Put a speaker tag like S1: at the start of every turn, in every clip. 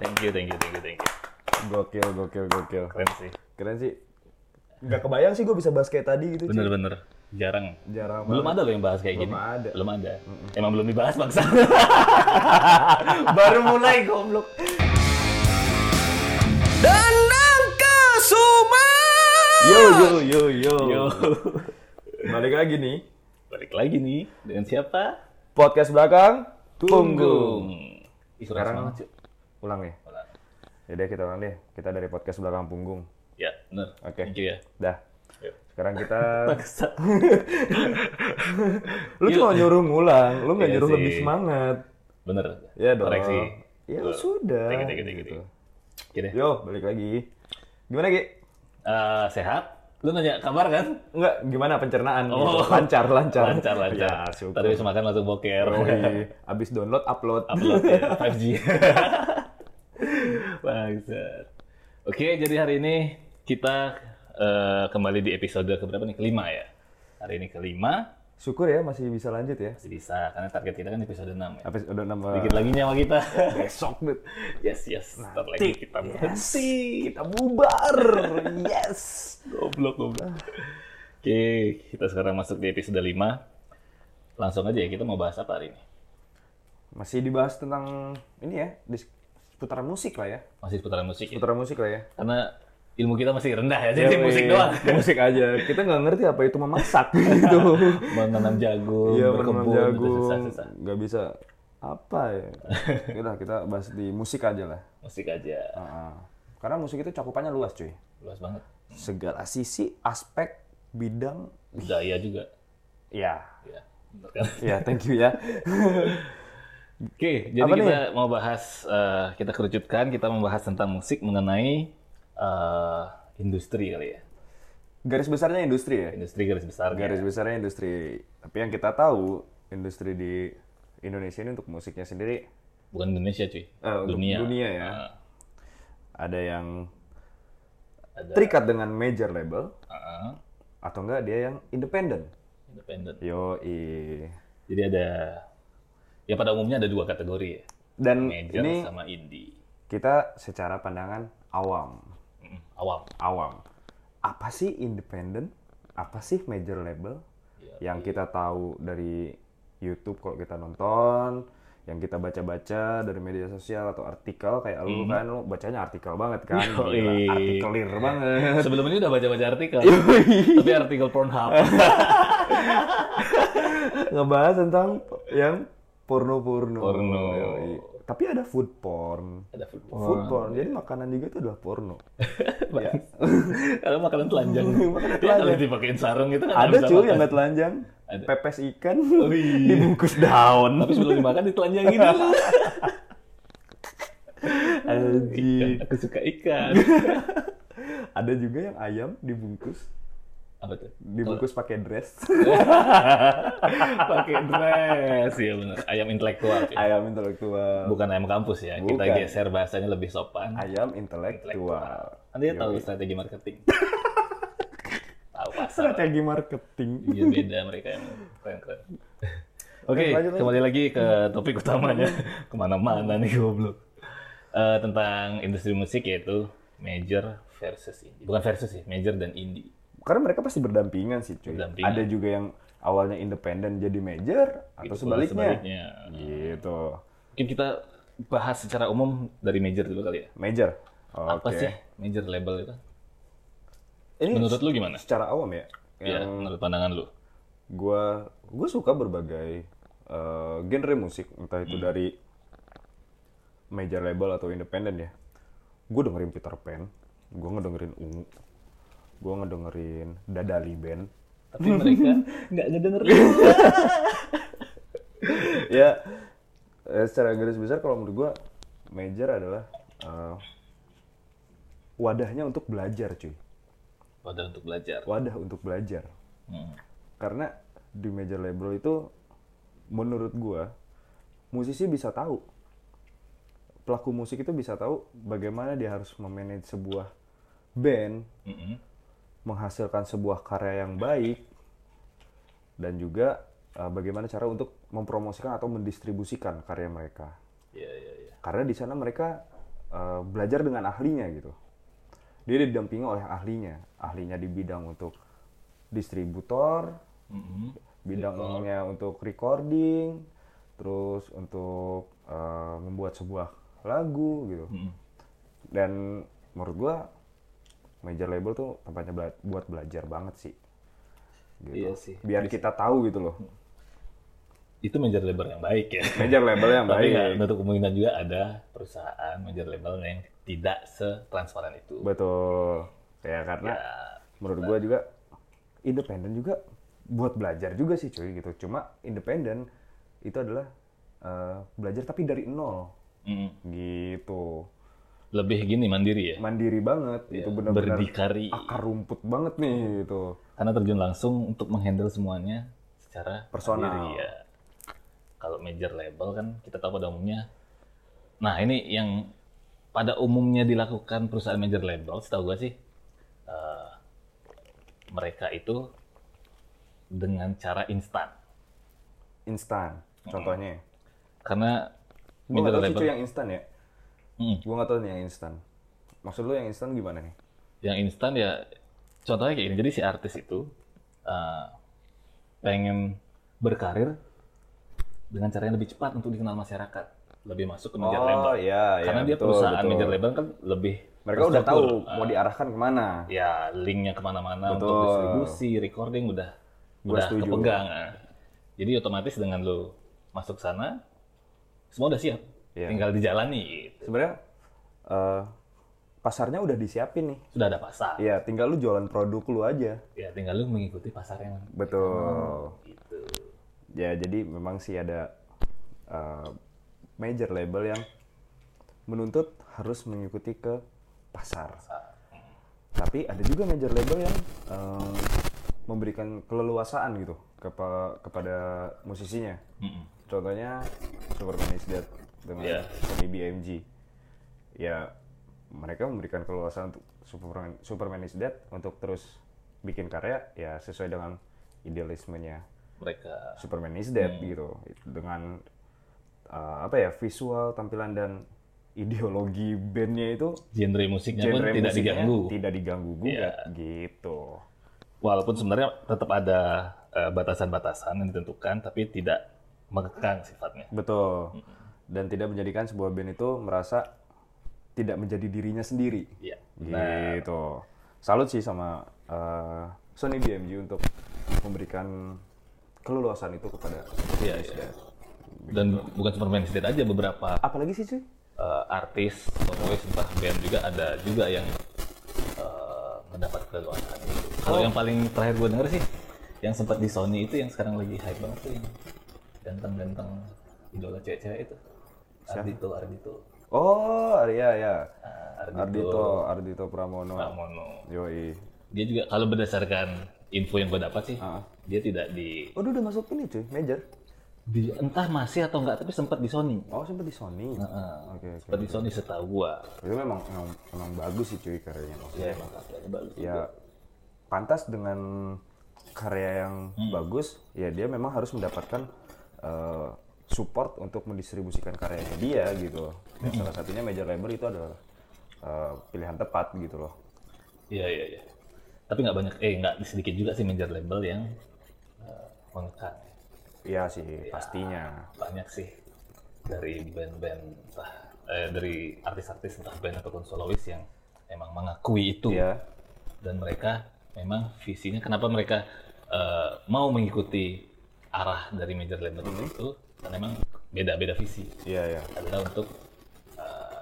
S1: Thank you, thank you, thank you, thank you.
S2: Gokil, gokil, gokil.
S1: Keren sih.
S2: Keren sih. Gak kebayang sih gue bisa bahas kayak tadi gitu. Ci.
S1: Bener-bener. Jarang.
S2: Jarang
S1: Belum
S2: banget.
S1: ada loh yang bahas kayak
S2: Belum
S1: gini.
S2: ada.
S1: Belum ada. Emang belum dibahas bangsa. Baru mulai goblok.
S2: Yo, yo, yo, yo.
S1: Yo.
S2: Balik lagi nih.
S1: Balik lagi nih dengan siapa?
S2: Podcast belakang. Punggung.
S1: Ih, keras
S2: Sekarang-
S1: banget, cuy.
S2: Ulang ya?
S1: Ulang.
S2: Yaudah kita ulang deh. Kita dari podcast belakang punggung.
S1: Ya, bener.
S2: Oke.
S1: Thank you ya.
S2: Dah.
S1: Yuk.
S2: Sekarang kita...
S1: Bangsa.
S2: lu cuma nyuruh ngulang. Lu gak
S1: Iya
S2: nyuruh
S1: sih.
S2: lebih semangat.
S1: Bener.
S2: Ya dong.
S1: Koreksi.
S2: Ya
S1: Tuh.
S2: sudah.
S1: Tiki, tiki, tiki,
S2: Gitu.
S1: tiki. Oke deh.
S2: Yo, balik lagi. Gimana, Ki?
S1: Eh, sehat? Lu nanya kabar kan?
S2: Enggak, gimana pencernaan?
S1: Oh.
S2: Gitu. Lancar, lancar.
S1: Lancar, lancar.
S2: Ya, syukur. Oh, iya.
S1: Tadi habis makan langsung boker.
S2: Yoi. Abis download, upload.
S1: upload ya, 5G. Bangsat. Oke, jadi hari ini kita eh, kembali di episode keberapa nih? Kelima ya. Hari ini kelima,
S2: Syukur ya, masih bisa lanjut ya.
S1: masih bisa. Karena target kita kan episode 6 ya.
S2: Abis udah nambah
S1: Dikit lagi nyawa kita.
S2: besok, Beb.
S1: yes, yes. Ntar lagi kita berhenti.
S2: Kita bubar. yes.
S1: Goblok, goblok. Oke, kita sekarang masuk di episode 5. Langsung aja ya, kita mau bahas apa hari ini?
S2: Masih dibahas tentang ini ya, di seputaran musik lah ya.
S1: Masih seputaran musik ya?
S2: Seputaran musik lah ya.
S1: Karena ilmu kita masih rendah ya, jadi musik
S2: Yoi.
S1: doang.
S2: Musik aja. Kita nggak ngerti apa itu memasak gitu.
S1: menanam jagung,
S2: Iya,
S1: berkebun, gitu,
S2: menanam
S1: itu
S2: jagung.
S1: susah-susah.
S2: Nggak bisa apa ya. Kita kita bahas di musik aja lah.
S1: Musik aja,
S2: Heeh. Karena musik itu cakupannya luas, cuy.
S1: luas banget.
S2: Segala sisi, aspek, bidang.
S1: Budaya juga.
S2: Ya,
S1: Ya, bener kan?
S2: ya thank you ya.
S1: Oke, jadi
S2: Apa nih?
S1: kita mau bahas, eh, kita kerucutkan, kita membahas tentang musik mengenai eh, industri kali ya.
S2: Garis besarnya industri ya.
S1: Industri garis besar. kan?
S2: Garis besarnya industri. Tapi yang kita tahu, industri di Indonesia ini untuk musiknya sendiri
S1: Bukan Indonesia cuy,
S2: eh, untuk
S1: dunia.
S2: dunia ya.
S1: Eh,
S2: Ada yang
S1: ada
S2: terikat dengan major label
S1: eh,
S2: atau enggak dia yang independen.
S1: independen.
S2: Yo,
S1: Jadi ada, ya pada umumnya ada dua kategori ya.
S2: Dan
S1: Major
S2: ini
S1: sama indie.
S2: kita secara pandangan awam,
S1: Mm, Awam.
S2: awam. Apa sih independen? Apa sih major label?
S1: Ya.
S2: yang kita tahu dari YouTube kalau kita nonton, yang kita baca-baca dari media sosial atau artikel kayak lu kan lu bacanya artikel banget kan.
S1: Hmm. Yoi.
S2: Gila, Artikelir banget.
S1: Sebelum ini udah baca-baca artikel, tapi artikel Pornhub.
S2: Ngebahas tentang yang porno-porno.
S1: Porno.
S2: Yoi. Tapi ada food porn.
S1: ada food
S2: Food porn. Jadi makanan juga itu adalah porno.
S1: Bang. Kalau makanan telanjang.
S2: Iya. Makanan
S1: ya, kalau
S2: telanjang.
S1: dipakein sarung itu kan
S2: ada
S1: nggak bisa
S2: cuy yang
S1: makan.
S2: nggak telanjang.
S1: Ada.
S2: Pepes ikan
S1: iya.
S2: dibungkus daun.
S1: Tapi sebelum dimakan ditelanjangin dulu.
S2: Anjing.
S1: Aku suka ikan.
S2: Ada juga yang ayam dibungkus
S1: Apa tuh?
S2: dibungkus pakai dress.
S1: Oh, Pakai dress. Iya benar. Ayam intelektual. cuy.
S2: ayam intelektual.
S1: Bukan ayam kampus ya. Kita
S2: Bukan.
S1: geser bahasanya lebih sopan.
S2: ayam intelektual.
S1: Nanti tahu
S2: iya.
S1: strategi marketing. tahu pasar.
S2: Strategi marketing.
S1: Iya beda mereka yang keren keren. Oke,
S2: lanjut, lanjut.
S1: kembali lagi ke topik utamanya. Kemana-mana nih goblok. Eh, tentang industri musik yaitu major versus indie. Bukan versus sih, major dan indie.
S2: Karena mereka pasti berdampingan sih, cuy.
S1: Berdampingan.
S2: Ada juga yang awalnya independen jadi major atau
S1: Gitu,
S2: sebaliknya.
S1: sebaliknya.
S2: Gitu.
S1: Mungkin kita bahas secara umum dari major dulu kali ya.
S2: Major. Oke.
S1: Apa sih major label itu?
S2: Ini
S1: Menurut lu gimana?
S2: secara awam ya.
S1: Ya,
S2: Yang
S1: menurut pandangan lu.
S2: gua gua suka berbagai eh, genre musik, entah itu dari major label atau independen ya. Gue dengerin Peter Pan, gue ngedengerin Ungu, gue ngedengerin Dadali Band,
S1: Tapi mereka nggak ngedengerin.
S2: ya eh, secara garis besar kalau menurut gua major adalah eh, wadahnya untuk belajar cuy
S1: Padahal untuk belajar.
S2: wadah untuk belajar
S1: Hmm.
S2: karena di major label itu menurut gua musisi bisa tahu pelaku musik itu bisa tahu bagaimana dia harus memanage sebuah band
S1: Mm-mm.
S2: menghasilkan sebuah karya yang baik dan juga eh, bagaimana cara untuk mempromosikan atau mendistribusikan karya mereka
S1: Iya, iya, iya.
S2: karena di sana mereka eh, belajar dengan ahlinya gitu. Dia didampingi oleh ahlinya, ahlinya di bidang untuk distributor,
S1: Mm-mm.
S2: bidangnya untuk recording, terus untuk eh, membuat sebuah lagu gitu.
S1: Mm-mm.
S2: Dan menurut gua major label tuh tempatnya bela- buat belajar banget sih. Gitu.
S1: Iya sih.
S2: Biar kita tahu gitu loh.
S1: Itu major label yang baik ya.
S2: Major Iya. label yang
S1: Tapi ya. nggak
S2: baik.
S1: menutup kemungkinan juga ada perusahaan major label yang tidak setransparan itu.
S2: Betul. Ya karena
S1: Ya,
S2: menurut gua juga independen juga buat belajar juga sih cuy gitu. Cuma independen itu adalah eh, belajar tapi dari nol
S1: mm,
S2: gitu.
S1: lebih gini mandiri ya.
S2: Mandiri banget itu benar-benar Ah.
S1: Berdikari.
S2: akar rumput banget
S1: Oh.
S2: nih gitu.
S1: Karena terjun langsung untuk menghandle semuanya secara
S2: Personal.
S1: mandiri, ya. Kalau major label kan kita tahu pada umumnya. Nah ini yang pada umumnya dilakukan perusahaan major label, setahu gua sih eh, mereka itu dengan cara instan.
S2: Instan contohnya.
S1: Karena major
S2: Gua nggak tahu sih
S1: Oh. label
S2: cuy yang instan Oh, ya.
S1: Mm.
S2: Gua nggak tahu nih yang instan. Maksud lu yang instan gimana nih?
S1: yang instan ya contohnya kayak gini jadi si artis itu eh, pengen berkarir dengan cara yang lebih cepat untuk dikenal masyarakat lebih masuk ke major label
S2: ya,
S1: karena dia perusahaan major label kan lebih
S2: Mereka udah tahu
S1: terstruktur.
S2: mau diarahkan kemana.
S1: ya linknya kemana-mana untuk
S2: Betul.
S1: distribusi recording udah
S2: Gua
S1: udah
S2: setuju.
S1: kepegang nah. jadi otomatis dengan lo masuk sana semua udah siap
S2: Iya.
S1: tinggal dijalani gitu.
S2: Sebenarnya eh, pasarnya udah disiapin nih.
S1: sudah ada pasar
S2: Iya, tinggal lu jualan produk lu aja.
S1: ya tinggal lo mengikuti pasar yang
S2: Betul.
S1: gitu
S2: Ya, jadi memang sih ada eh, major label yang menuntut harus mengikuti ke pasar.
S1: Pasar.
S2: Tapi ada juga major label yang eh, memberikan keleluasaan gitu kepa- kepada musisinya.
S1: Mm-mm.
S2: Contohnya Superman is Dead dengan
S1: Iya.
S2: Sony BMG. Ya mereka memberikan keleluasaan untuk Superman, Superman is Dead untuk terus bikin karya ya sesuai dengan idealismenya
S1: mereka
S2: Superman is
S1: Mm.
S2: Dead gitu dengan eh, apa ya visual tampilan dan ideologi bandnya itu
S1: genre musiknya pun
S2: genre
S1: tidak
S2: musiknya
S1: diganggu. Iya.
S2: tidak diganggu gugat gitu
S1: Walaupun sebenarnya tetap ada eh, batasan-batasan yang ditentukan, tapi tidak mengekang sifatnya.
S2: betul dan tidak menjadikan sebuah band itu merasa tidak menjadi dirinya sendiri
S1: Iya.
S2: gitu salut sih sama eh, Sony BMG untuk memberikan keleluasan itu kepada
S1: Iya, iya. Dan bukan Superman State aja, beberapa
S2: apalagi sih cuy
S1: eh, artis, penulis, entah band juga ada juga yang eh, mendapat keleluasaan. itu.
S2: Oh.
S1: Kalau yang paling terakhir gue denger sih, yang sempat di Sony itu yang sekarang lagi hype banget tuh yang ganteng-ganteng idola cewek-cewek itu. Ardito, Ardito.
S2: oh iya ya
S1: Ah,
S2: Ardito Ardito Pramono
S1: Pramono.
S2: Yoi.
S1: dia juga kalau berdasarkan info yang gue dapat sih
S2: Ah.
S1: dia tidak di
S2: Waduh udah masuk ini cuy, major.
S1: di entah masih atau enggak tapi sempat di Sony
S2: Oh sempat di Sony. Oke oke.
S1: sempat di Sony setahu gue
S2: Itu memang, memang memang bagus sih cuy karyanya. Maksudnya,
S1: ya emang karyanya bagus
S2: Ya pantas dengan karya yang bagus, ya dia memang harus mendapatkan eh, support untuk mendistribusikan karyanya dia gitu. Dan salah satunya major label itu adalah eh, pilihan tepat gitu loh.
S1: iya iya iya tapi nggak banyak eh nggak sedikit juga sih major label yang eh, mengekang
S2: Iya sih pastinya.
S1: banyak sih dari band-band entah eh, dari artis-artis entah band ataupun solois yang emang mengakui itu
S2: Iya.
S1: dan mereka memang visinya kenapa mereka eh, mau mengikuti arah dari major label
S2: Mhm.
S1: itu karena memang beda-beda visi
S2: Iya ya.
S1: adalah untuk eh,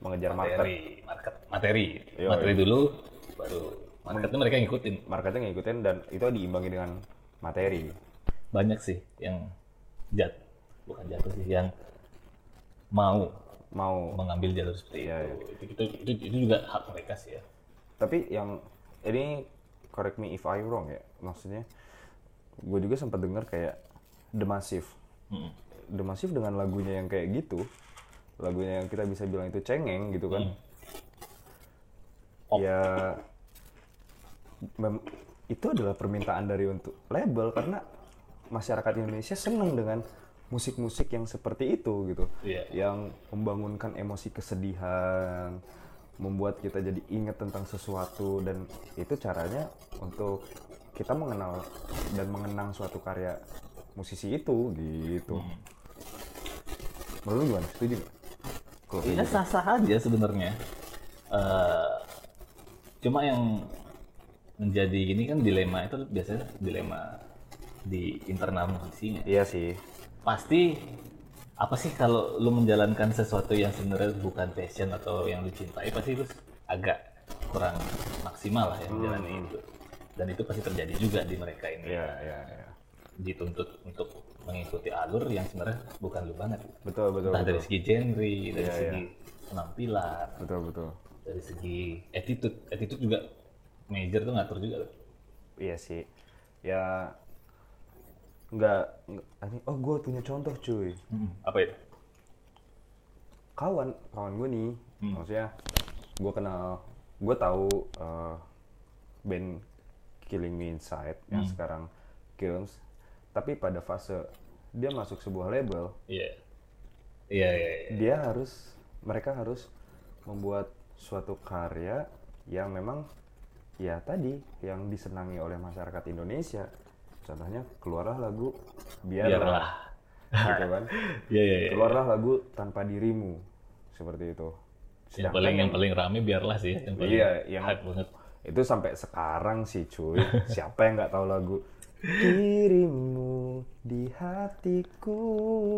S2: Mengejar market.
S1: materi market materi
S2: Iya,
S1: materi dulu baru marketnya mereka ngikutin
S2: Marketnya ngikutin dan itu diimbangi dengan materi.
S1: banyak sih yang jat bukan jatuh sih yang mau
S2: Mau
S1: mengambil jalur seperti
S2: Iya,
S1: itu. Itu, itu itu itu juga hak mereka sih ya
S2: tapi yang ini correct me if I wrong ya maksudnya gue juga sempat dengar kayak The Massive
S1: Mm.
S2: The Massive dengan lagunya yang kayak gitu lagunya yang kita bisa bilang itu cengeng gitu kan ya mem- itu adalah permintaan dari untuk label karena masyarakat Indonesia seneng dengan musik-musik yang seperti itu gitu
S1: Iya.
S2: yang membangunkan emosi kesedihan membuat kita jadi ingat tentang sesuatu dan itu caranya untuk kita mengenal dan mengenang suatu karya musisi itu gitu menurut lu gimana setuju nggak? Kalau kayak
S1: Ya
S2: gitu.
S1: sah-sah aja sebenarnya. Eh, cuma yang menjadi ini kan dilema itu biasanya dilema di internal musisinya.
S2: iya sih
S1: Pasti apa sih kalau lu menjalankan sesuatu yang sebenarnya bukan passion atau yang lu cintai pasti itu agak kurang maksimal lah
S2: Hmm.
S1: yang menjalani itu. Dan itu pasti terjadi juga di mereka ini
S2: iya iya iya
S1: dituntut untuk mengikuti alur yang sebenarnya bukan lu banget.
S2: betul betul
S1: Entah
S2: betul
S1: dari segi genre, dari
S2: Iya,
S1: segi penampilan,
S2: betul betul
S1: dari segi attitude attitude juga major tuh ngatur juga tuh.
S2: iya sih ya nggak nggak- anjing, oh gue punya contoh cuy
S1: apa ya? itu
S2: kawan kawan gue nih maksudnya gue kenal gue tahu eh, band Killing Me Inside yang sekarang Kilms tapi pada fase dia masuk sebuah label
S1: iya iya iya iya.
S2: dia harus mereka harus membuat suatu karya yang memang ya tadi yang disenangi oleh masyarakat Indonesia contohnya keluarlah lagu biarlah,
S1: biarlah
S2: gitu kan
S1: iya iya iya.
S2: keluarlah lagu tanpa dirimu seperti itu
S1: yang
S2: Sedangkan
S1: paling yang paling rame biarlah sih yang paling
S2: Iya, yang-
S1: hype banget
S2: itu sampai sekarang sih cuy siapa yang nggak tahu lagu dirimu di hatiku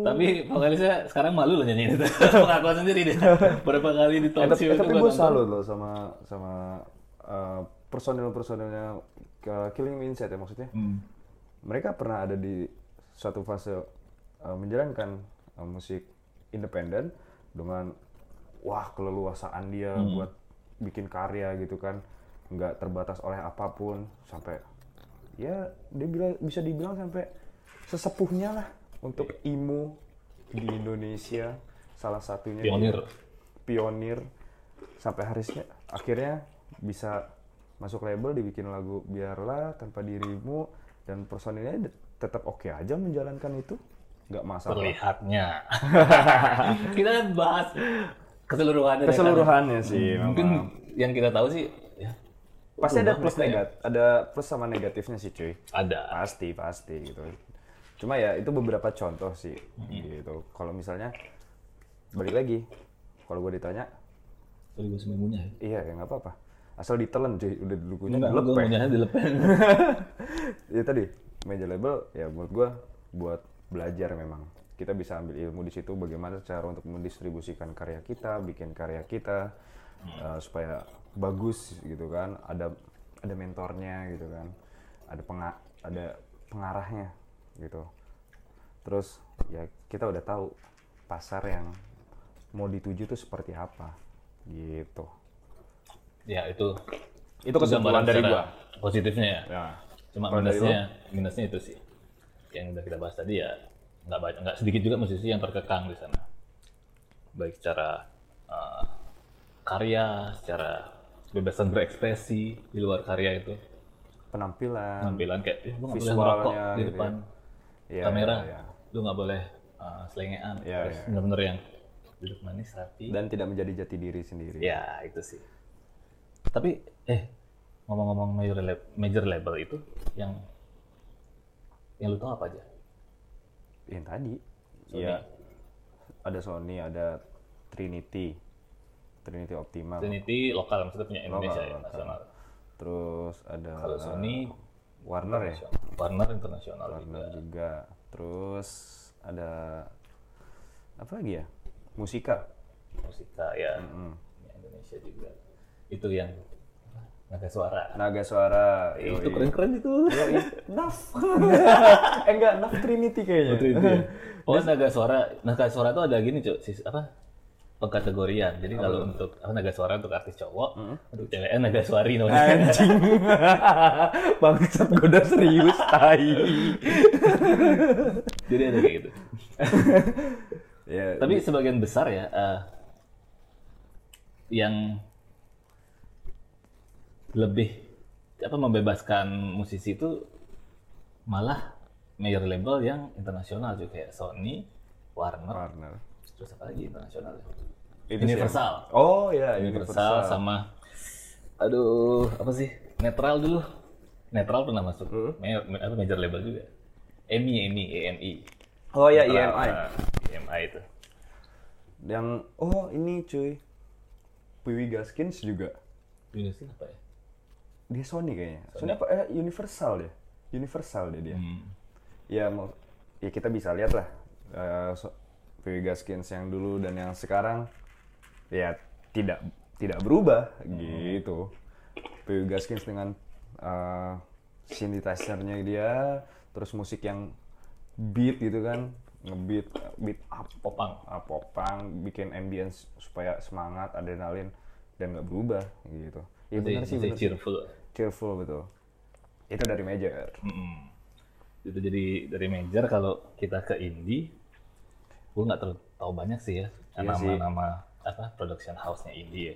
S1: tapi vokalisnya sekarang malu loh nyanyiin itu pengakuan sendiri deh berapa kali di
S2: Eh,
S1: talk
S2: tapi,
S1: show
S2: eh,
S1: itu
S2: tapi
S1: gua
S2: gue
S1: nonton.
S2: salut loh sama sama eh, personil-personilnya ke Killing Me Inside ya maksudnya
S1: Hmm.
S2: mereka pernah ada di suatu fase eh, menjalankan eh, musik independen dengan wah keleluasaan dia buat bikin karya gitu kan nggak terbatas oleh apapun sampai ya dia bila- bisa dibilang sampai sesepuhnya lah untuk IMU di Indonesia salah satunya
S1: pionir
S2: Iya. pionir sampai harisnya akhirnya bisa masuk label dibikin lagu biarlah tanpa dirimu dan personilnya de- tetap oke aja menjalankan itu nggak masalah
S1: terlihatnya kita kan bahas keseluruhannya deh, kan.
S2: keseluruhannya sih
S1: mungkin
S2: Iya, memang.
S1: yang kita tahu sih ya
S2: pasti ada plus negatif ada plus sama negatifnya sih cuy
S1: ada
S2: pasti pasti gitu cuma ya itu beberapa contoh sih gitu kalau misalnya balik lagi kalau gue ditanya
S1: Sorry gue semuanya ya.
S2: iya ya nggak apa-apa asal ditelen cuy udah dulunya
S1: Enggak, gue
S2: dilepeh
S1: maunya dilepeh.
S2: ya tadi meja label ya menurut gua buat belajar memang kita bisa ambil ilmu di situ bagaimana cara untuk mendistribusikan karya kita bikin karya kita uh, supaya bagus gitu kan ada ada mentornya gitu kan ada penga- ada pengarahnya gitu terus ya kita udah tahu pasar yang mau dituju tuh seperti apa gitu
S1: ya itu.
S2: itu kesimpulan
S1: gambaran
S2: dari
S1: secara
S2: gua
S1: Positifnya ya.
S2: ya
S1: Cuma
S2: Kalau dari
S1: minusnya, minusnya itu sih. Yang udah kita bahas tadi ya nggak banyak, nggak sedikit juga musisi yang terkekang di sana. Baik secara eh, karya, secara kebebasan berekspresi di luar karya itu.
S2: penampilan
S1: Penampilan kayak, eh, lu nggak boleh
S2: Hmm. Visualnya
S1: merokok di
S2: gitu
S1: depan
S2: Iya,
S1: kamera.
S2: iya,
S1: Lu nggak boleh eh, selengean.
S2: Iya,
S1: Terus
S2: iya.
S1: bener-bener yang duduk manis, rapi.
S2: dan tidak menjadi jati diri sendiri.
S1: Ya, itu sih. Tapi eh ngomong-ngomong major label, major label itu yang yang lu tahu apa aja?
S2: Yang tadi. Ya. Ada Sony, ada Trinity. Trinity Optima.
S1: Trinity lokal maksudnya punya Indonesia ya,
S2: lokal.
S1: nasional.
S2: Terus ada
S1: Kalau Sony
S2: Warner ya,
S1: Warner internasional juga.
S2: Warner juga. Terus ada apa lagi ya? Musika.
S1: Musika ya. punya Indonesia juga. Itu yang naga suara.
S2: Naga Suara.
S1: itu
S2: yoi.
S1: keren-keren itu.
S2: Naf. eh enggak, Naf Trinity kayaknya.
S1: Trinity ya. Oh, naga suara, naga suara itu ada gini, Cuk. Sis, apa? Pengkategorian. Jadi kalau untuk apa, naga suara untuk artis cowok, untuk cewek eh, naga suari namanya.
S2: Anjing. Bangsat gue udah serius tai.
S1: Jadi ada kayak gitu.
S2: Ya,
S1: Tapi sebagian besar ya eh, yang lebih apa membebaskan musisi itu malah major label yang internasional juga kayak Sony, Warner,
S2: Warner.
S1: terus apa lagi internasional? ya?
S2: Itu sih
S1: Universal.
S2: yang- Oh ya,
S1: Universal
S2: Universal.
S1: sama aduh apa sih netral dulu netral pernah masuk
S2: Hmm.
S1: major, apa major label juga EMI EMI EMI
S2: Oh ya,
S1: Netral,
S2: EMI.
S1: ah, EMI itu
S2: Yang oh ini cuy. Wiwi Gaskins juga.
S1: Universal apa ya
S2: Dia Sony kayaknya. Sony, apa? Eh, Universal ya. Universal deh dia.
S1: hmm.
S2: Ya mau ya kita bisa lihat lah. eh, so- Wiwi Gaskins yang dulu dan yang sekarang ya tidak tidak berubah
S1: Hmm.
S2: gitu. Wiwi Gaskins dengan eh synthesizer-nya dia, terus musik yang beat gitu kan, ngebeat beat up
S1: Popang
S2: uh, popang bikin ambience supaya semangat adrenalin dan nggak berubah gitu ya
S1: Masih-
S2: benar sih
S1: masih
S2: bener sih.
S1: cheerful
S2: cheerful betul itu dari major
S1: Mm-mm. itu jadi dari major kalau kita ke indie gue nggak terlalu tahu banyak sih ya
S2: Iya sih.
S1: nama-nama apa production house-nya indie ya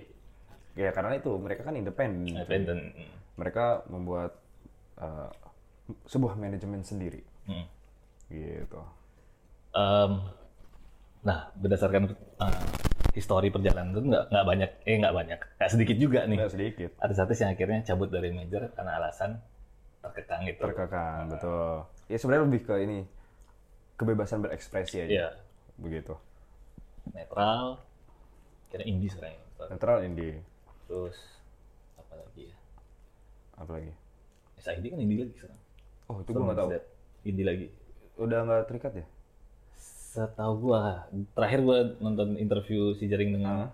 S2: ya karena itu mereka kan independen
S1: independent Mm.
S2: mereka membuat uh, sebuah manajemen sendiri
S1: Mm.
S2: gitu
S1: Em, nah berdasarkan eh, histori perjalanan itu nggak nggak banyak eh nggak banyak nggak sedikit juga nih
S2: Nggak sedikit
S1: artis-artis yang akhirnya cabut dari major karena alasan terkekang gitu
S2: terkekang betul ya sebenarnya lebih ke ini kebebasan berekspresi aja
S1: Iya,
S2: begitu
S1: netral kira indie sekarang ya.
S2: netral indie
S1: terus apa lagi ya
S2: apalagi
S1: SID kan indie lagi sekarang
S2: oh itu gue nggak tahu
S1: Someone's Dead, indie lagi
S2: udah nggak terikat ya
S1: setahu gua terakhir gua nonton interview si Jering dengan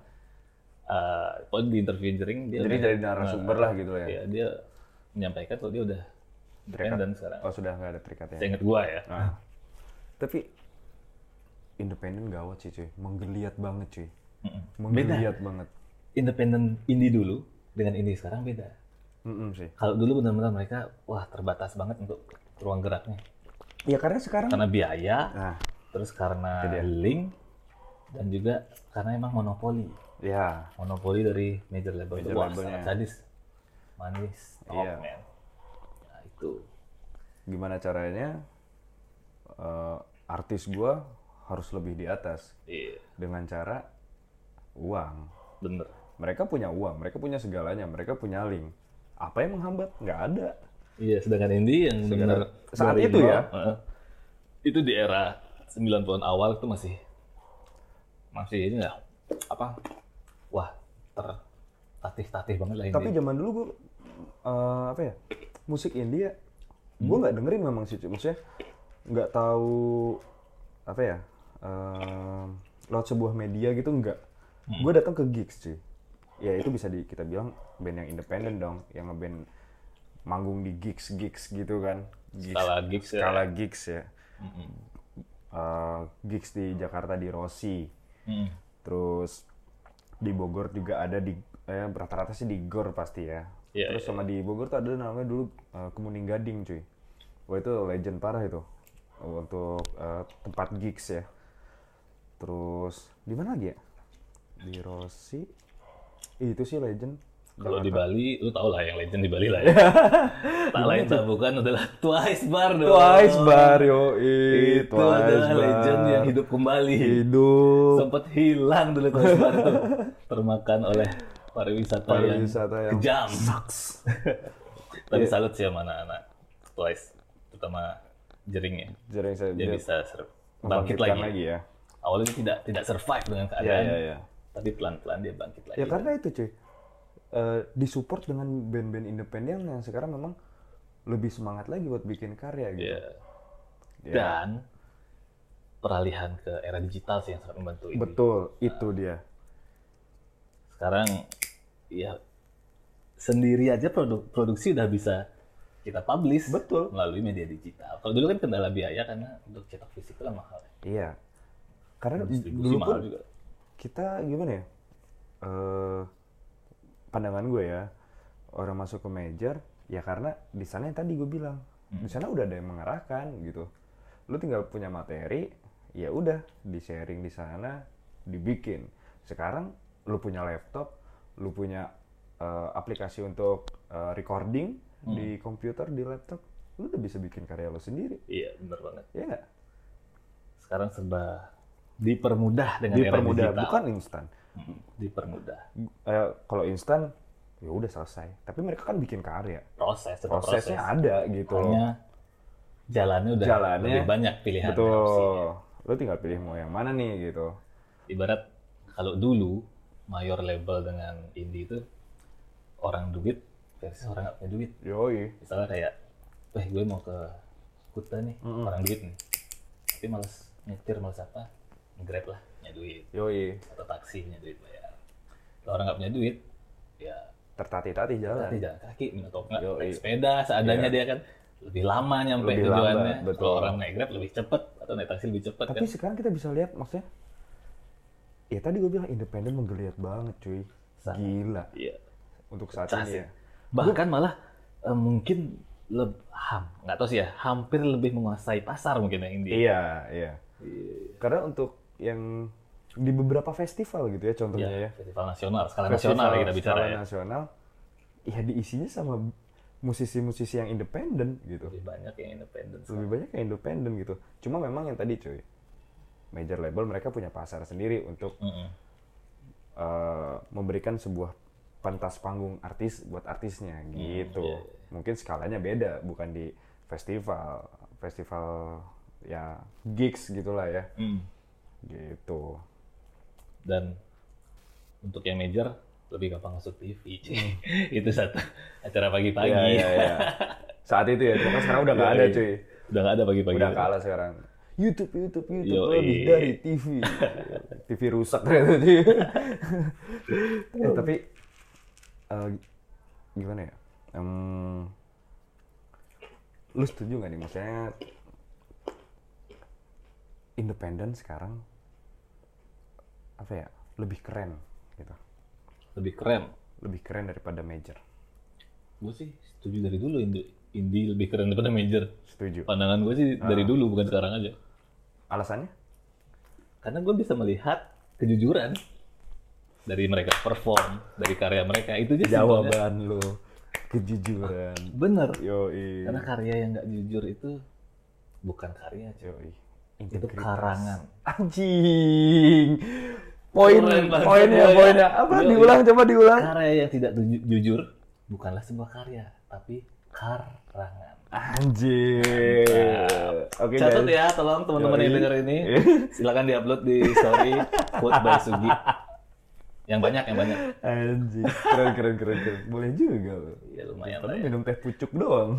S1: eh, pokoknya di interview Jering dia
S2: jadi
S1: udah-
S2: dari narasumber lah gitu ya
S1: Iya, dia menyampaikan kalau dia udah independen sekarang.
S2: Oh sudah nggak ada terikat ya.
S1: Saya ingat gua ya.
S2: Nah. Tapi independen gawat sih cuy, menggeliat banget cuy, menggeliat banget.
S1: Independen indie dulu dengan indie sekarang beda.
S2: Mm-mm sih.
S1: Kalau dulu benar-benar mereka wah terbatas banget untuk ruang geraknya.
S2: Ya karena sekarang.
S1: Karena biaya,
S2: Nah,
S1: terus karena link dan juga karena emang monopoli.
S2: ya
S1: Monopoli dari major label itu
S2: Major
S1: wah
S2: labelnya.
S1: sangat sadis. Manis, top
S2: Iya.
S1: man. Nah, itu.
S2: gimana caranya eh, artis gua harus lebih di atas
S1: Iya,
S2: dengan cara uang.
S1: bener.
S2: Mereka punya uang, mereka punya segalanya, mereka punya link. Apa yang menghambat? Nggak ada.
S1: Iya, sedangkan Indi yang benar
S2: saat
S1: dari
S2: itu
S1: nol,
S2: ya.
S1: heeh. itu di era 90-an awal itu masih masih ini nggak apa? Wah, tertatih-tatih banget lah
S2: Tapi
S1: Indi.
S2: zaman dulu gue apa ya musik India gue nggak dengerin memang sih cuy. maksudnya nggak tahu apa ya em, lewat sebuah media gitu nggak
S1: Hmm.
S2: gue datang ke gigs cuy ya itu bisa di, kita bilang band yang independen dong yang ngeband manggung di gigs gigs gitu kan gigs,
S1: Skala gigs ya. Hmm.
S2: skala gigs ya Eh, gigs di Jakarta di Rossi
S1: Mm.
S2: Terus di Bogor juga ada di eh, rata-rata sih di Gor pasti ya.
S1: Iya,
S2: Terus sama di Bogor tuh ada namanya dulu eh, Kemuning Gading cuy. Wah itu legend parah itu untuk eh, tempat gigs ya. Terus di mana lagi ya? Di Rossi. Ih, itu sih legend.
S1: Kalau di Bali, lu tau lah yang legend di Bali lah ya. tak lain tak bukan adalah Twice Bar dong.
S2: Twice Bar yoi,
S1: itu
S2: Twice
S1: adalah
S2: Bar. Iya.
S1: legend yang hidup kembali.
S2: hidup
S1: Sempat hilang dulu Twice Bar itu. Termakan oleh pariwisata,
S2: pariwisata
S1: yang
S2: yang
S1: kejam.
S2: sucks. Iya.
S1: Tapi salut sih sama anak-anak Twice, terutama jeringnya.
S2: Jarang saya
S1: Dia
S2: lihat
S1: bisa ser- bangkit
S2: Iya. membangkitkan
S1: lagi. Iya,
S2: lagi ya.
S1: Awalnya dia tidak tidak survive dengan
S2: Ya
S1: keadaan,
S2: ya ya.
S1: tapi pelan-pelan dia bangkit lagi.
S2: Ya karena itu cuy. Eh, disupport dengan band-band independen yang sekarang memang lebih semangat lagi buat bikin karya gitu. Ya.
S1: Iya.
S2: Iya.
S1: Nah. Dan peralihan ke era digital sih yang sangat membantu ini.
S2: Betul, itu dia.
S1: Sekarang ya sendiri aja produk produksi udah bisa kita publish
S2: Betul.
S1: melalui media digital. Kalau dulu kan kendala biaya karena untuk cetak fisik itu kan mahal.
S2: Iya. Karena
S1: Distribusi
S2: dulu pun
S1: mahal juga.
S2: kita gimana ya? Eh, pandangan gue ya, orang masuk ke major ya karena di sana yang tadi gue bilang, di sana udah ada yang mengarahkan gitu. Lu tinggal punya materi, ya udah di sharing di sana, dibikin. Sekarang lu punya laptop, lu punya eh, aplikasi untuk eh, recording di komputer di laptop, lu udah bisa bikin karya lo sendiri
S1: Iya, bener banget.
S2: ya nggak
S1: Sekarang serba dipermudah dengan era
S2: dipermudah
S1: digital.
S2: bukan instan
S1: Hmm, dipermudah.
S2: Eh, kalau instan ya udah selesai tapi mereka kan bikin karya
S1: Proses, tetap proses.
S2: prosesnya ada gitu loh
S1: Hanya jalannya udah
S2: Jalannya.
S1: lebih banyak pilihan ya, opsi.
S2: betul lu tinggal pilih mau yang mana nih gitu
S1: Ibarat kalau dulu mayor label dengan indie itu orang duit versus orang nggak punya duit.
S2: yoi
S1: Misalnya kayak, eh gue mau ke Kuta nih, orang duit nih. Tapi males nyetir, males apa, grab lah, punya duit.
S2: yoi
S1: Atau taksi, punya duit bayar. Kalau orang nggak punya duit, ya
S2: tertatih-tatih jalan
S1: berarti jalan kaki atau enggak
S2: Yo,
S1: naik
S2: iya.
S1: sepeda seadanya dia kan lebih lama nyampe
S2: Lebih
S1: tujuannya
S2: lambat, betul.
S1: kalau orang naik grab lebih cepet atau naik taksi lebih cepet
S2: Tapi
S1: kan
S2: sekarang kita bisa lihat maksudnya Ya tadi gue bilang independen menggeliat banget cuy
S1: Sangat.
S2: Gila
S1: iya
S2: Untuk saat
S1: Pecah sih.
S2: ini ya
S1: bahkan malah eh, mungkin leb ham nggak tahu sih ya hampir lebih menguasai pasar mungkin yang India
S2: Iya, iya Karena untuk yang di beberapa festival gitu ya
S1: Iya,
S2: contohnya ya
S1: festival nasional skala
S2: Festival
S1: nasional ya kita bicara
S2: skala
S1: ya
S2: nasional Ya diisinya sama musisi-musisi yang independen gitu
S1: lebih banyak yang independen
S2: Lebih banyak yang independen gitu Cuma memang yang tadi cuy Major label mereka punya pasar sendiri untuk
S1: Mm-mm.
S2: eh, memberikan sebuah pentas panggung artis buat artisnya gitu.
S1: iya,
S2: Mungkin skalanya beda, bukan di festival, festival ya gigs gitulah ya,
S1: Mm.
S2: gitu.
S1: dan untuk yang major lebih gampang masuk TV itu satu acara pagi-pagi
S2: Iya, iya, iya. Saat itu ya, cuma kan sekarang udah nggak
S1: Iya,
S2: ada cuy,
S1: udah nggak ada pagi-pagi
S2: udah kalah sekarang. Iya. YouTube, YouTube, YouTube
S1: Yoi.
S2: lebih dari TV. TV rusak ternyata. cuy. Eh, tapi eh, gimana ya? Em, lu setuju nggak nih maksudnya independen sekarang apa ya lebih keren gitu
S1: lebih keren
S2: lebih keren daripada major
S1: gue sih setuju dari dulu indie, indie lebih keren daripada major
S2: setuju
S1: pandangan gue sih
S2: Ah.
S1: dari dulu bukan sekarang aja
S2: alasannya
S1: karena gue bisa melihat kejujuran dari mereka perform dari karya mereka itu aja simpelnya.
S2: jawaban lu kejujuran
S1: bener
S2: yoi
S1: karena karya yang nggak jujur itu bukan karya cuy.
S2: yoi
S1: itu karangan
S2: anjing poin
S1: Keren banget,
S2: poinnya
S1: poin.
S2: poinnya apa
S1: Yoi.
S2: diulang coba diulang
S1: karya yang tidak tuju- jujur bukanlah sebuah karya tapi karangan
S2: Anjir. Oke
S1: Catat
S2: guys.
S1: ya, tolong teman-teman
S2: Yoi. Iya.
S1: yang denger ini, silakan diupload di story quote by Sugi. Yang banyak, yang banyak.
S2: Anjir. Keren keren keren keren. Boleh juga loh.
S1: Ya lumayan lah
S2: Tapi
S1: ya.
S2: minum teh pucuk doang.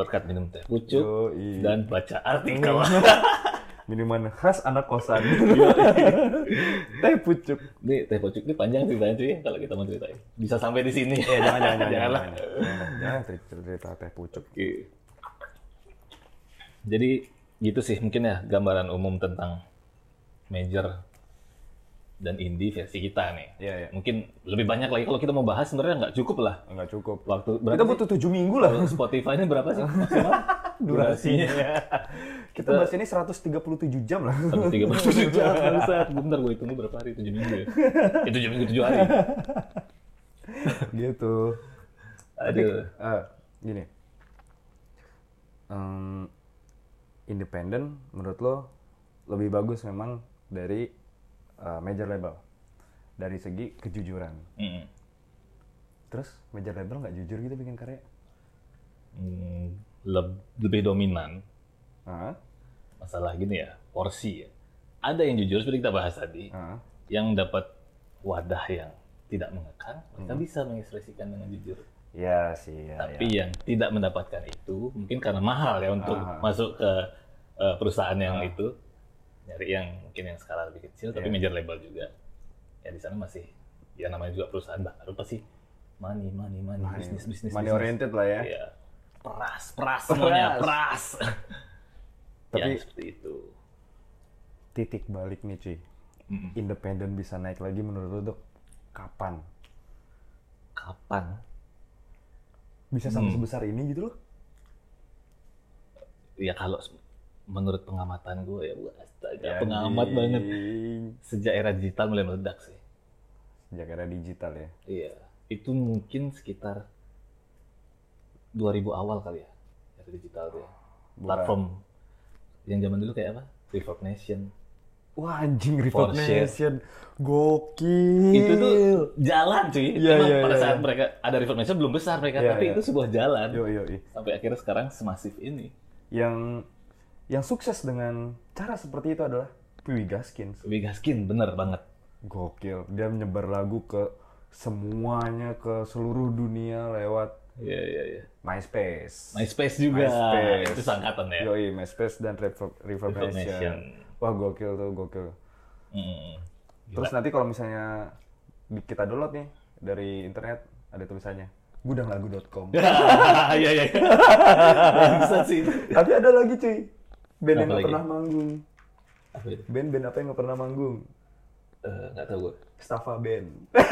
S1: Berkat minum teh pucuk
S2: Yoi.
S1: dan baca artikel.
S2: Minuman khas anak kosan. teh pucuk.
S1: Ini teh pucuk ini panjang ceritanya cuy kalau kita mau ceritain. Bisa sampai di sini.
S2: Eh jangan jangan jangan.
S1: Janganlah.
S2: jangan, jangan, jangan cerita, cerita teh pucuk.
S1: Oke. Jadi gitu sih mungkin ya gambaran umum tentang major dan indie versi kita nih.
S2: Iya ya.
S1: Mungkin lebih banyak lagi kalau kita mau bahas sebenarnya nggak cukup lah
S2: Enggak cukup.
S1: waktu
S2: Kita
S1: berapa
S2: butuh 7 minggu lah
S1: Kalau Spotify-nya berapa sih maksimal?
S2: durasinya. Kita bahas ini 137 jam lah.
S1: Sampai 37 jam. Bangsat. Bentar gue hitung berapa hari? 7 minggu ya? Eh, 7 minggu, 7 hari.
S2: gitu.
S1: Aduh.
S2: Eh, gini. Em, independen menurut lo lebih bagus memang dari eh, major label. Dari segi kejujuran.
S1: Mm.
S2: Terus major label nggak jujur gitu bikin karya?
S1: Mm, leb- lebih dominan
S2: Ah,
S1: masalah gini ya, porsi ya. Ada yang jujur seperti kita bahas tadi,
S2: ah.
S1: yang dapat wadah yang tidak mengekang, mereka bisa mengekspresikan dengan jujur.
S2: Ya sih, Hmm. ya,
S1: Tapi yang tidak mendapatkan itu, mungkin karena mahal ya untuk
S2: Ah.
S1: masuk ke eh, perusahaan yang itu, nyari yang mungkin yang skala lebih kecil, tapi major label juga. Ya di sana masih, ya namanya juga perusahaan baru pasti money, money, money,
S2: ya.
S1: bisnis, bisnis,
S2: Money
S1: bisnis.
S2: oriented lah ya.
S1: Iya. Peras, peras semuanya, peras.
S2: Tapi-
S1: ya, seperti itu.
S2: Titik balik nih cuy.
S1: Mm-mm.
S2: Iya. Independen bisa naik lagi menurut lo Dok? Kapan?
S1: Kapan?
S2: Bisa sama sebesar ini gitu loh?
S1: Ya kalau se- menurut pengamatan gue ya, gue astaga,
S2: Ya,
S1: pengamat
S2: anjing.
S1: banget. Sejak era digital mulai meledak sih.
S2: Sejak era digital ya.
S1: Iya, itu mungkin sekitar 2000 awal kali ya. itu digital tuh ya.
S2: Bukan.
S1: Platform yang zaman dulu kayak apa? Reverb Nation.
S2: Wah anjing
S1: For
S2: Reverb
S1: share.
S2: Nation. Gokil.
S1: Itu tuh jalan cuy.
S2: Iya,
S1: Cuma
S2: iya,
S1: pada
S2: iya,
S1: saat mereka ada Reverb Nation belum besar mereka,
S2: Iya,
S1: tapi
S2: iya.
S1: itu sebuah jalan.
S2: Yo yo. yo.
S1: Sampai akhirnya sekarang semasif ini.
S2: Yang yang sukses dengan cara seperti itu adalah Piwi Gaskins.
S1: Wegaskin bener banget.
S2: Gokil. Dia menyebar lagu ke semuanya ke seluruh dunia lewat
S1: Iya iya iya.
S2: MySpace.
S1: MySpace juga.
S2: MySpace.
S1: Itu sangkatan ya.
S2: Yoi, MySpace dan Reverb, Reverb
S1: Reverb
S2: Nation.
S1: Nation.
S2: Wah gokil tuh, gokil.
S1: Mm.
S2: Terus nanti kalau misalnya di- kita download nih dari internet, ada tulisannya gudanglagu.com.
S1: Iya iya. iya. Bangsat sih itu.
S2: Tapi ada lagi cuy,
S1: Apa
S2: band yang nggak
S1: lagi?
S2: pernah manggung.
S1: Apa itu?
S2: Band-band apa yang nggak pernah manggung?
S1: Eh, Nggak tahu gue.
S2: Staffa Band.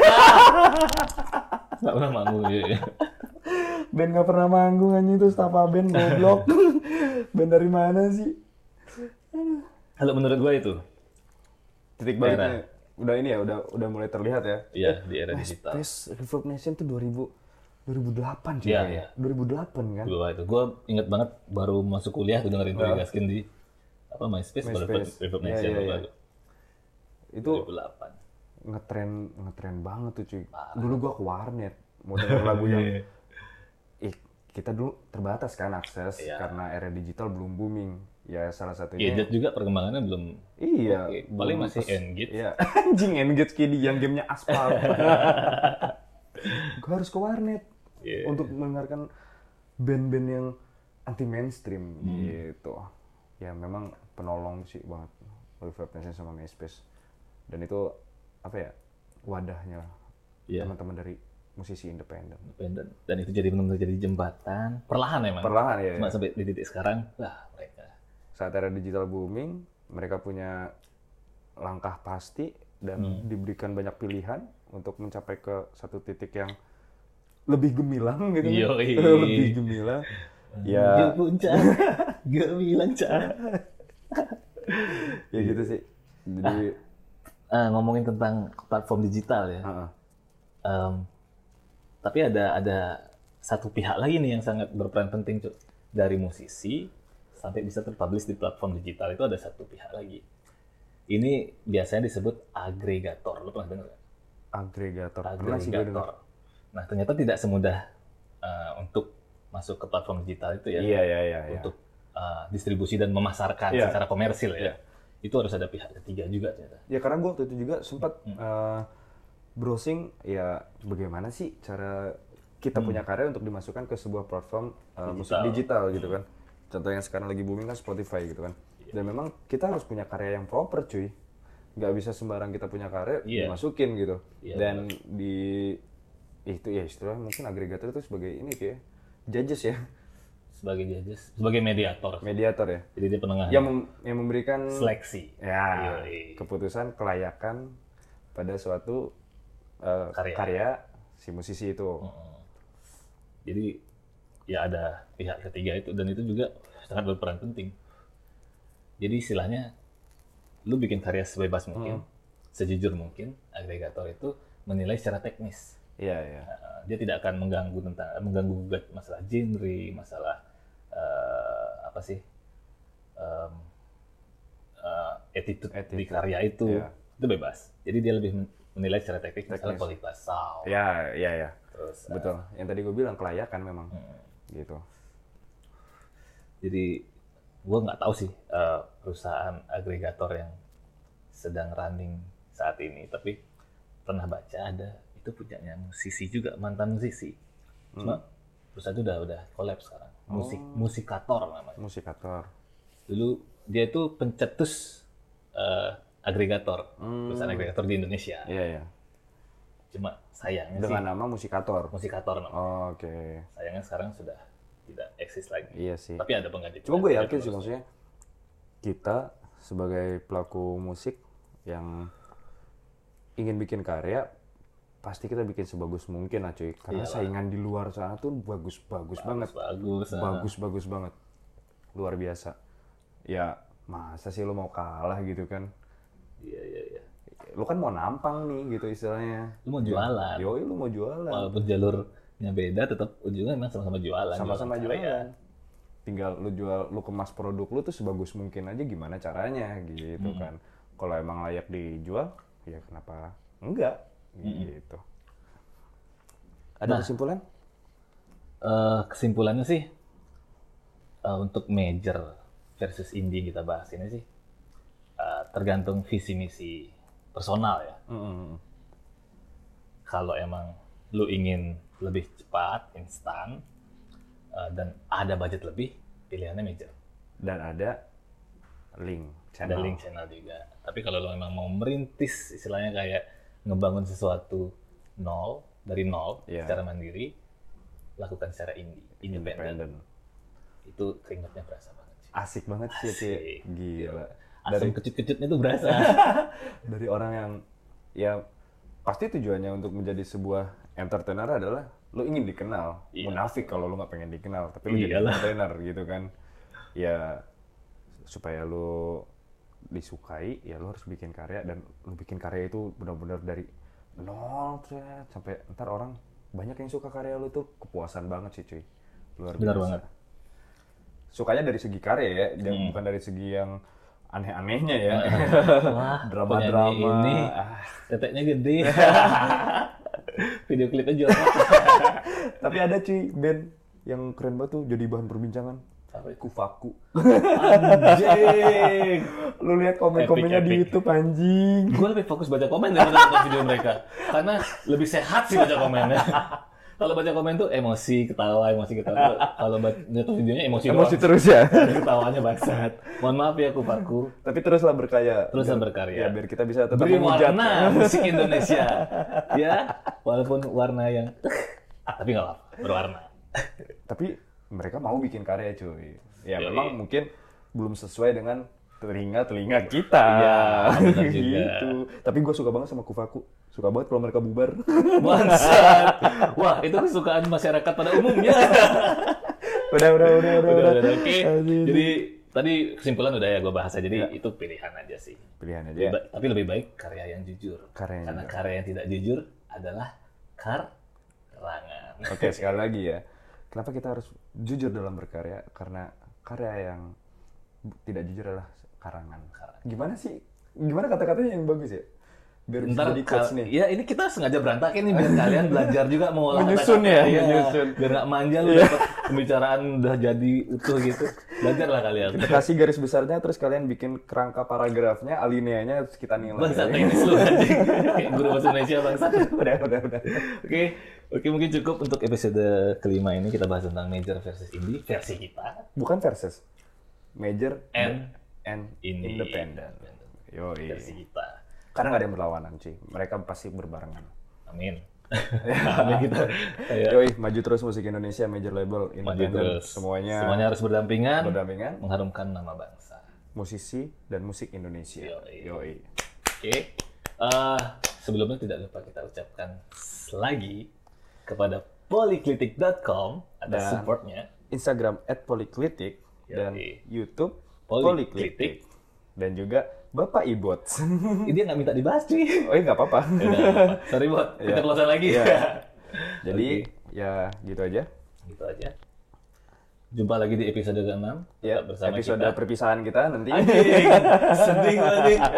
S1: Nggak pernah manggung. Iya, iya.
S2: band nggak pernah manggung anjing itu Staffa Band goblok. band dari mana sih?
S1: Kalau menurut gue itu,
S2: Titik
S1: baliknya.
S2: baliknya udah ini ya, udah udah mulai terlihat ya.
S1: iya di era digital.
S2: MySpace Reverb Nation tuh 2000 2008 cuy.
S1: Iya,
S2: kayaknya.
S1: iya.
S2: 2008 kan.
S1: Gua itu, gue inget banget baru masuk kuliah gue dengerin Tony Gaskin di apa MySpace, baru
S2: MySpace.
S1: Reverb
S2: Iya,
S1: Nation
S2: iya, iya.
S1: baru.
S2: Itu
S1: 2008.
S2: ngetren ngetren banget tuh cuy. Dulu gua ke warnet mau denger lagu
S1: Iya,
S2: yang Ih, kita dulu terbatas kan akses
S1: Iya.
S2: karena era digital belum booming. Ya salah satunya
S1: Gadget Iya, juga perkembangannya belum.
S2: Iya.
S1: Oke, paling
S2: belum
S1: masih gitu.
S2: pes-
S1: N-Gage.
S2: Iya. Anjing N-Gage kidi yang gamenya aspal. gua harus ke warnet
S1: Iya.
S2: untuk mendengarkan band-band yang anti mainstream
S1: Hmm.
S2: gitu. Ya memang penolong sih banget Reverb Nation sama MySpace. Dan itu apa ya? Wadahnya
S1: Iya.
S2: teman-teman dari musisi independen.
S1: independen. Dan itu jadi benar-benar jadi jembatan. Perlahan emang.
S2: Perlahan ya.
S1: Cuma sampai di titik sekarang, lah mereka.
S2: saat era digital booming, mereka punya langkah pasti dan
S1: Hmm.
S2: diberikan banyak pilihan untuk mencapai ke satu titik yang lebih gemilang gitu. kan.
S1: Yoi.
S2: lebih gemilang. ya,
S1: Gak puncak, gak bilang cah.
S2: ya
S1: Iya.
S2: gitu sih. Jadi,
S1: Eh, ngomongin tentang platform digital ya.
S2: heeh.
S1: Em, tapi ada ada satu pihak lagi nih yang sangat berperan penting Cuk. dari musisi sampai bisa terpublish di platform digital itu ada satu pihak lagi. Ini biasanya disebut agregator. Lo pernah dengar? nggak?
S2: agregator. Pernah sih gue
S1: Agregator.
S2: dengar.
S1: Nah ternyata tidak semudah eh, untuk masuk ke platform digital itu ya
S2: Iya, iya, iya. iya.
S1: untuk eh, distribusi dan memasarkan
S2: Iya.
S1: secara komersil
S2: Iya.
S1: ya. Itu harus ada pihak ketiga juga ternyata.
S2: Ya karena gue waktu itu juga sempat eh, browsing ya bagaimana sih cara kita
S1: Mm.
S2: punya karya untuk dimasukkan ke sebuah platform eh, musik digital gitu kan. Contoh yang sekarang lagi booming kan Spotify gitu kan.
S1: Iya.
S2: Dan memang kita harus punya karya yang proper cuy. Nggak bisa sembarang kita punya karya
S1: Iya.
S2: dimasukin gitu.
S1: Iya,
S2: Dan di itu ya istilahnya mungkin agregator itu sebagai ini cuy ya. Judges ya,
S1: Sebagai judges, sebagai mediator.
S2: mediator ya.
S1: Jadi dia penengah.
S2: Yang mem- yang memberikan
S1: seleksi
S2: Ya,
S1: Yoi.
S2: keputusan kelayakan pada suatu eh,
S1: Karya.
S2: karya. si musisi itu.
S1: Hmm. jadi ya ada pihak ketiga itu dan itu juga sangat berperan penting jadi istilahnya lu bikin karya sebebas mungkin sejujur mungkin agregator itu menilai secara teknis
S2: Iya, iya.
S1: Nah, dia tidak akan mengganggu tentang mengganggu gugat masalah genre masalah eh, apa sih Em, eh, attitude, di
S2: Attitude.
S1: karya itu
S2: Iya.
S1: itu bebas jadi dia lebih men- menilai secara teknis, masalah
S2: Teknis.
S1: kualitas sound
S2: Iya, iya, iya.
S1: terus eh,
S2: Betul. Yang tadi gue bilang kelayakan memang. Gitu.
S1: jadi gue nggak tahu sih eh, perusahaan agregator yang sedang running saat ini tapi pernah baca ada itu punyanya musisi juga mantan musisi
S2: Hmm.
S1: cuma perusahaan itu udah udah collab sekarang musik
S2: Oh.
S1: musikator namanya
S2: Musikator.
S1: dulu dia itu pencetus eh, agregator
S2: Hmm.
S1: perusahaan agregator di Indonesia
S2: Iya, iya.
S1: cuma sayangnya Iya sih
S2: Dengan nama musikator.
S1: musikator namanya
S2: Oke.
S1: sayangnya sekarang sudah tidak eksis lagi
S2: Iya sih.
S1: tapi ada pengganti
S2: Cuma gue yakin sih maksudnya kita sebagai pelaku musik yang ingin bikin karya pasti kita bikin sebagus mungkin lah cuy karena saingan di luar sana tuh bagus-bagus banget
S1: bagus nah.
S2: bagus-bagus banget luar biasa ya masa sih lo mau kalah gitu kan
S1: Iya iya iya.
S2: lo kan mau nampang nih gitu istilahnya
S1: Lu mau jualan,
S2: yoi lo mau jualan
S1: walaupun jalurnya beda, tetap ujungnya memang sama-sama jualan.
S2: sama-sama
S1: karya.
S2: jualan tinggal lu jual lu kemas produk lu tuh sebagus mungkin aja gimana caranya gitu
S1: Hmm.
S2: kan kalau emang layak dijual ya kenapa enggak
S1: Hmm.
S2: gitu
S1: Nah.
S2: ada kesimpulan
S1: Eh, kesimpulannya sih eh, untuk major versus indie yang kita bahas ini sih eh, tergantung visi misi personal ya.
S2: Mm-mm.
S1: Kalau emang lu ingin lebih cepat, instan eh, dan ada budget lebih, pilihannya major.
S2: dan ada link
S1: Ada
S2: channel
S1: link channel juga. Tapi kalau lu emang mau merintis istilahnya kayak ngebangun sesuatu nol dari nol
S2: Iya.
S1: secara mandiri, lakukan secara indie, independen.
S2: independen
S1: Itu keringatnya berasa banget. sih.
S2: asik banget sih Cie.
S1: Asik.
S2: gila
S1: Asam kecut-kecutnya tuh berasa.
S2: dari orang yang ya pasti tujuannya untuk menjadi sebuah entertainer adalah lu ingin dikenal
S1: Iya.
S2: munafik kalau lu nggak pengen dikenal tapi lu jadi
S1: Iyalah.
S2: entertainer gitu kan ya supaya lu disukai ya lu harus bikin karya dan lu bikin karya itu benar-benar dari nol tret, sampai ntar orang banyak yang suka karya lu tuh kepuasan banget sih cuy luar
S1: Benar
S2: biasa
S1: banget. Hmm.
S2: sukanya dari segi karya ya dan bukan dari segi yang aneh-anehnya ya
S1: Wah,
S2: drama-drama
S1: penyanyi ini
S2: Ah,
S1: teteknya gede. Video klipnya jual
S2: tapi ada cuy band yang keren banget tuh jadi bahan perbincangan
S1: Apa itu?
S2: kufaku
S1: Anjing.
S2: lu lihat komen-komennya
S1: Epic,
S2: di
S1: epic.
S2: YouTube anjing
S1: Gue lebih fokus baca komen daripada nonton video mereka. Karena lebih sehat sih baca komennya. Kalau baca komen tuh emosi, ketawa, emosi, ketawa. Kalau baca nonton videonya emosi,
S2: emosi
S1: doang.
S2: terus ya
S1: Ketawanya bangsat. Mohon maaf ya, kupaku.
S2: tapi teruslah berkarya
S1: Teruslah
S2: Biar-
S1: berkarya.
S2: ya biar kita bisa tetap
S1: Beri
S2: menghujat
S1: warna musik Indonesia. ya, walaupun warna yang... Ah, Tapi nggak apa-apa, berwarna.
S2: tapi mereka mau bikin karya cuy ya
S1: Yoi.
S2: memang mungkin belum sesuai dengan telinga-telinga kita
S1: Iya, benar juga.
S2: gitu tapi gue suka banget sama kufaku suka banget kalau mereka bubar
S1: Bangsat. Wah, itu kesukaan masyarakat pada umumnya.
S2: udah udah udah udah,
S1: udah,
S2: udah.
S1: udah, oke.
S2: Aduh.
S1: Jadi tadi kesimpulan udah ya gue bahas aja. Jadi itu pilihan aja sih.
S2: pilihan aja ya.
S1: Ba- Tapi lebih baik karya yang jujur.
S2: Karya yang
S1: Karena
S2: jujur.
S1: karya yang tidak jujur adalah karangan.
S2: Oke, sekali lagi ya. Kenapa kita harus jujur dalam berkarya? Karena karya yang bu- tidak jujur adalah karangan.
S1: Karangan.
S2: Gimana sih? Gimana kata-katanya yang bagus ya? Biar bisa
S1: Ntar
S2: jadi
S1: kal-
S2: quotes nih.
S1: ya ini kita sengaja berantakin nih biar kalian belajar juga mengolah
S2: Menyusun ya,
S1: kata-kata. Iya,
S2: menyusun. Iya.
S1: Biar nggak manja lu dapet pembicaraan udah jadi utuh gitu. Belajarlah kalian.
S2: Kita kasih garis besarnya, terus kalian bikin kerangka paragrafnya, alineanya, terus kita nilai.
S1: Bangsat teknis lu anjing. Kayak guru bahasa Indonesia bangsat.
S2: udah, udah, udah.
S1: Oke, oke mungkin cukup untuk episode kelima ini kita bahas tentang major versus indie versi kita
S2: Bukan versus. Major
S1: and
S2: and
S1: indie
S2: independent. Yoi.
S1: versi kita.
S2: Karena nggak ada yang berlawanan, cuy. Mereka pasti berbarengan.
S1: Amin. Amin kita. Ayo,
S2: Yoi, maju terus musik Indonesia, major label,
S1: Iya. maju
S2: independent.
S1: terus.
S2: Gitu. Semuanya,
S1: semuanya harus berdampingan,
S2: berdampingan.
S1: mengharumkan nama bangsa.
S2: musisi dan musik Indonesia.
S1: Yoi.
S2: Yoi.
S1: Oke. Eh, sebelumnya tidak lupa kita ucapkan lagi kepada polyklitik.com atas
S2: Dan-
S1: supportnya.
S2: Instagram @polyklitik dan
S1: Yoi.
S2: YouTube
S1: Polyklitik.
S2: Polyklitik dan juga Bapak Ibot.
S1: Ini dia nggak minta dibahas cuy.
S2: oh, iya, nggak apa-apa.
S1: Ya udah, nggak apa-apa. Sorry buat kita
S2: Iya.
S1: closean lagi.
S2: Iya. Jadi ya gitu aja.
S1: gitu aja. Jumpa lagi di episode ke-6
S2: Ya,
S1: bersama
S2: episode
S1: kita. Iya.
S2: perpisahan kita nanti.
S1: Anjing, sedih banget. nih.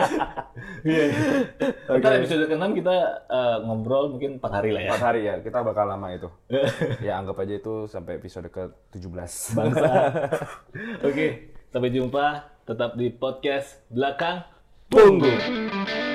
S1: Iya.
S2: Oke.
S1: Ntar episode ke-6 kita eh, ngobrol mungkin 4 hari lah ya.
S2: Empat hari ya, kita bakal lama itu. ya anggap aja itu sampai episode ke-17.
S1: Bangsa. Oke, sampai jumpa tetap di podcast belakang punggung.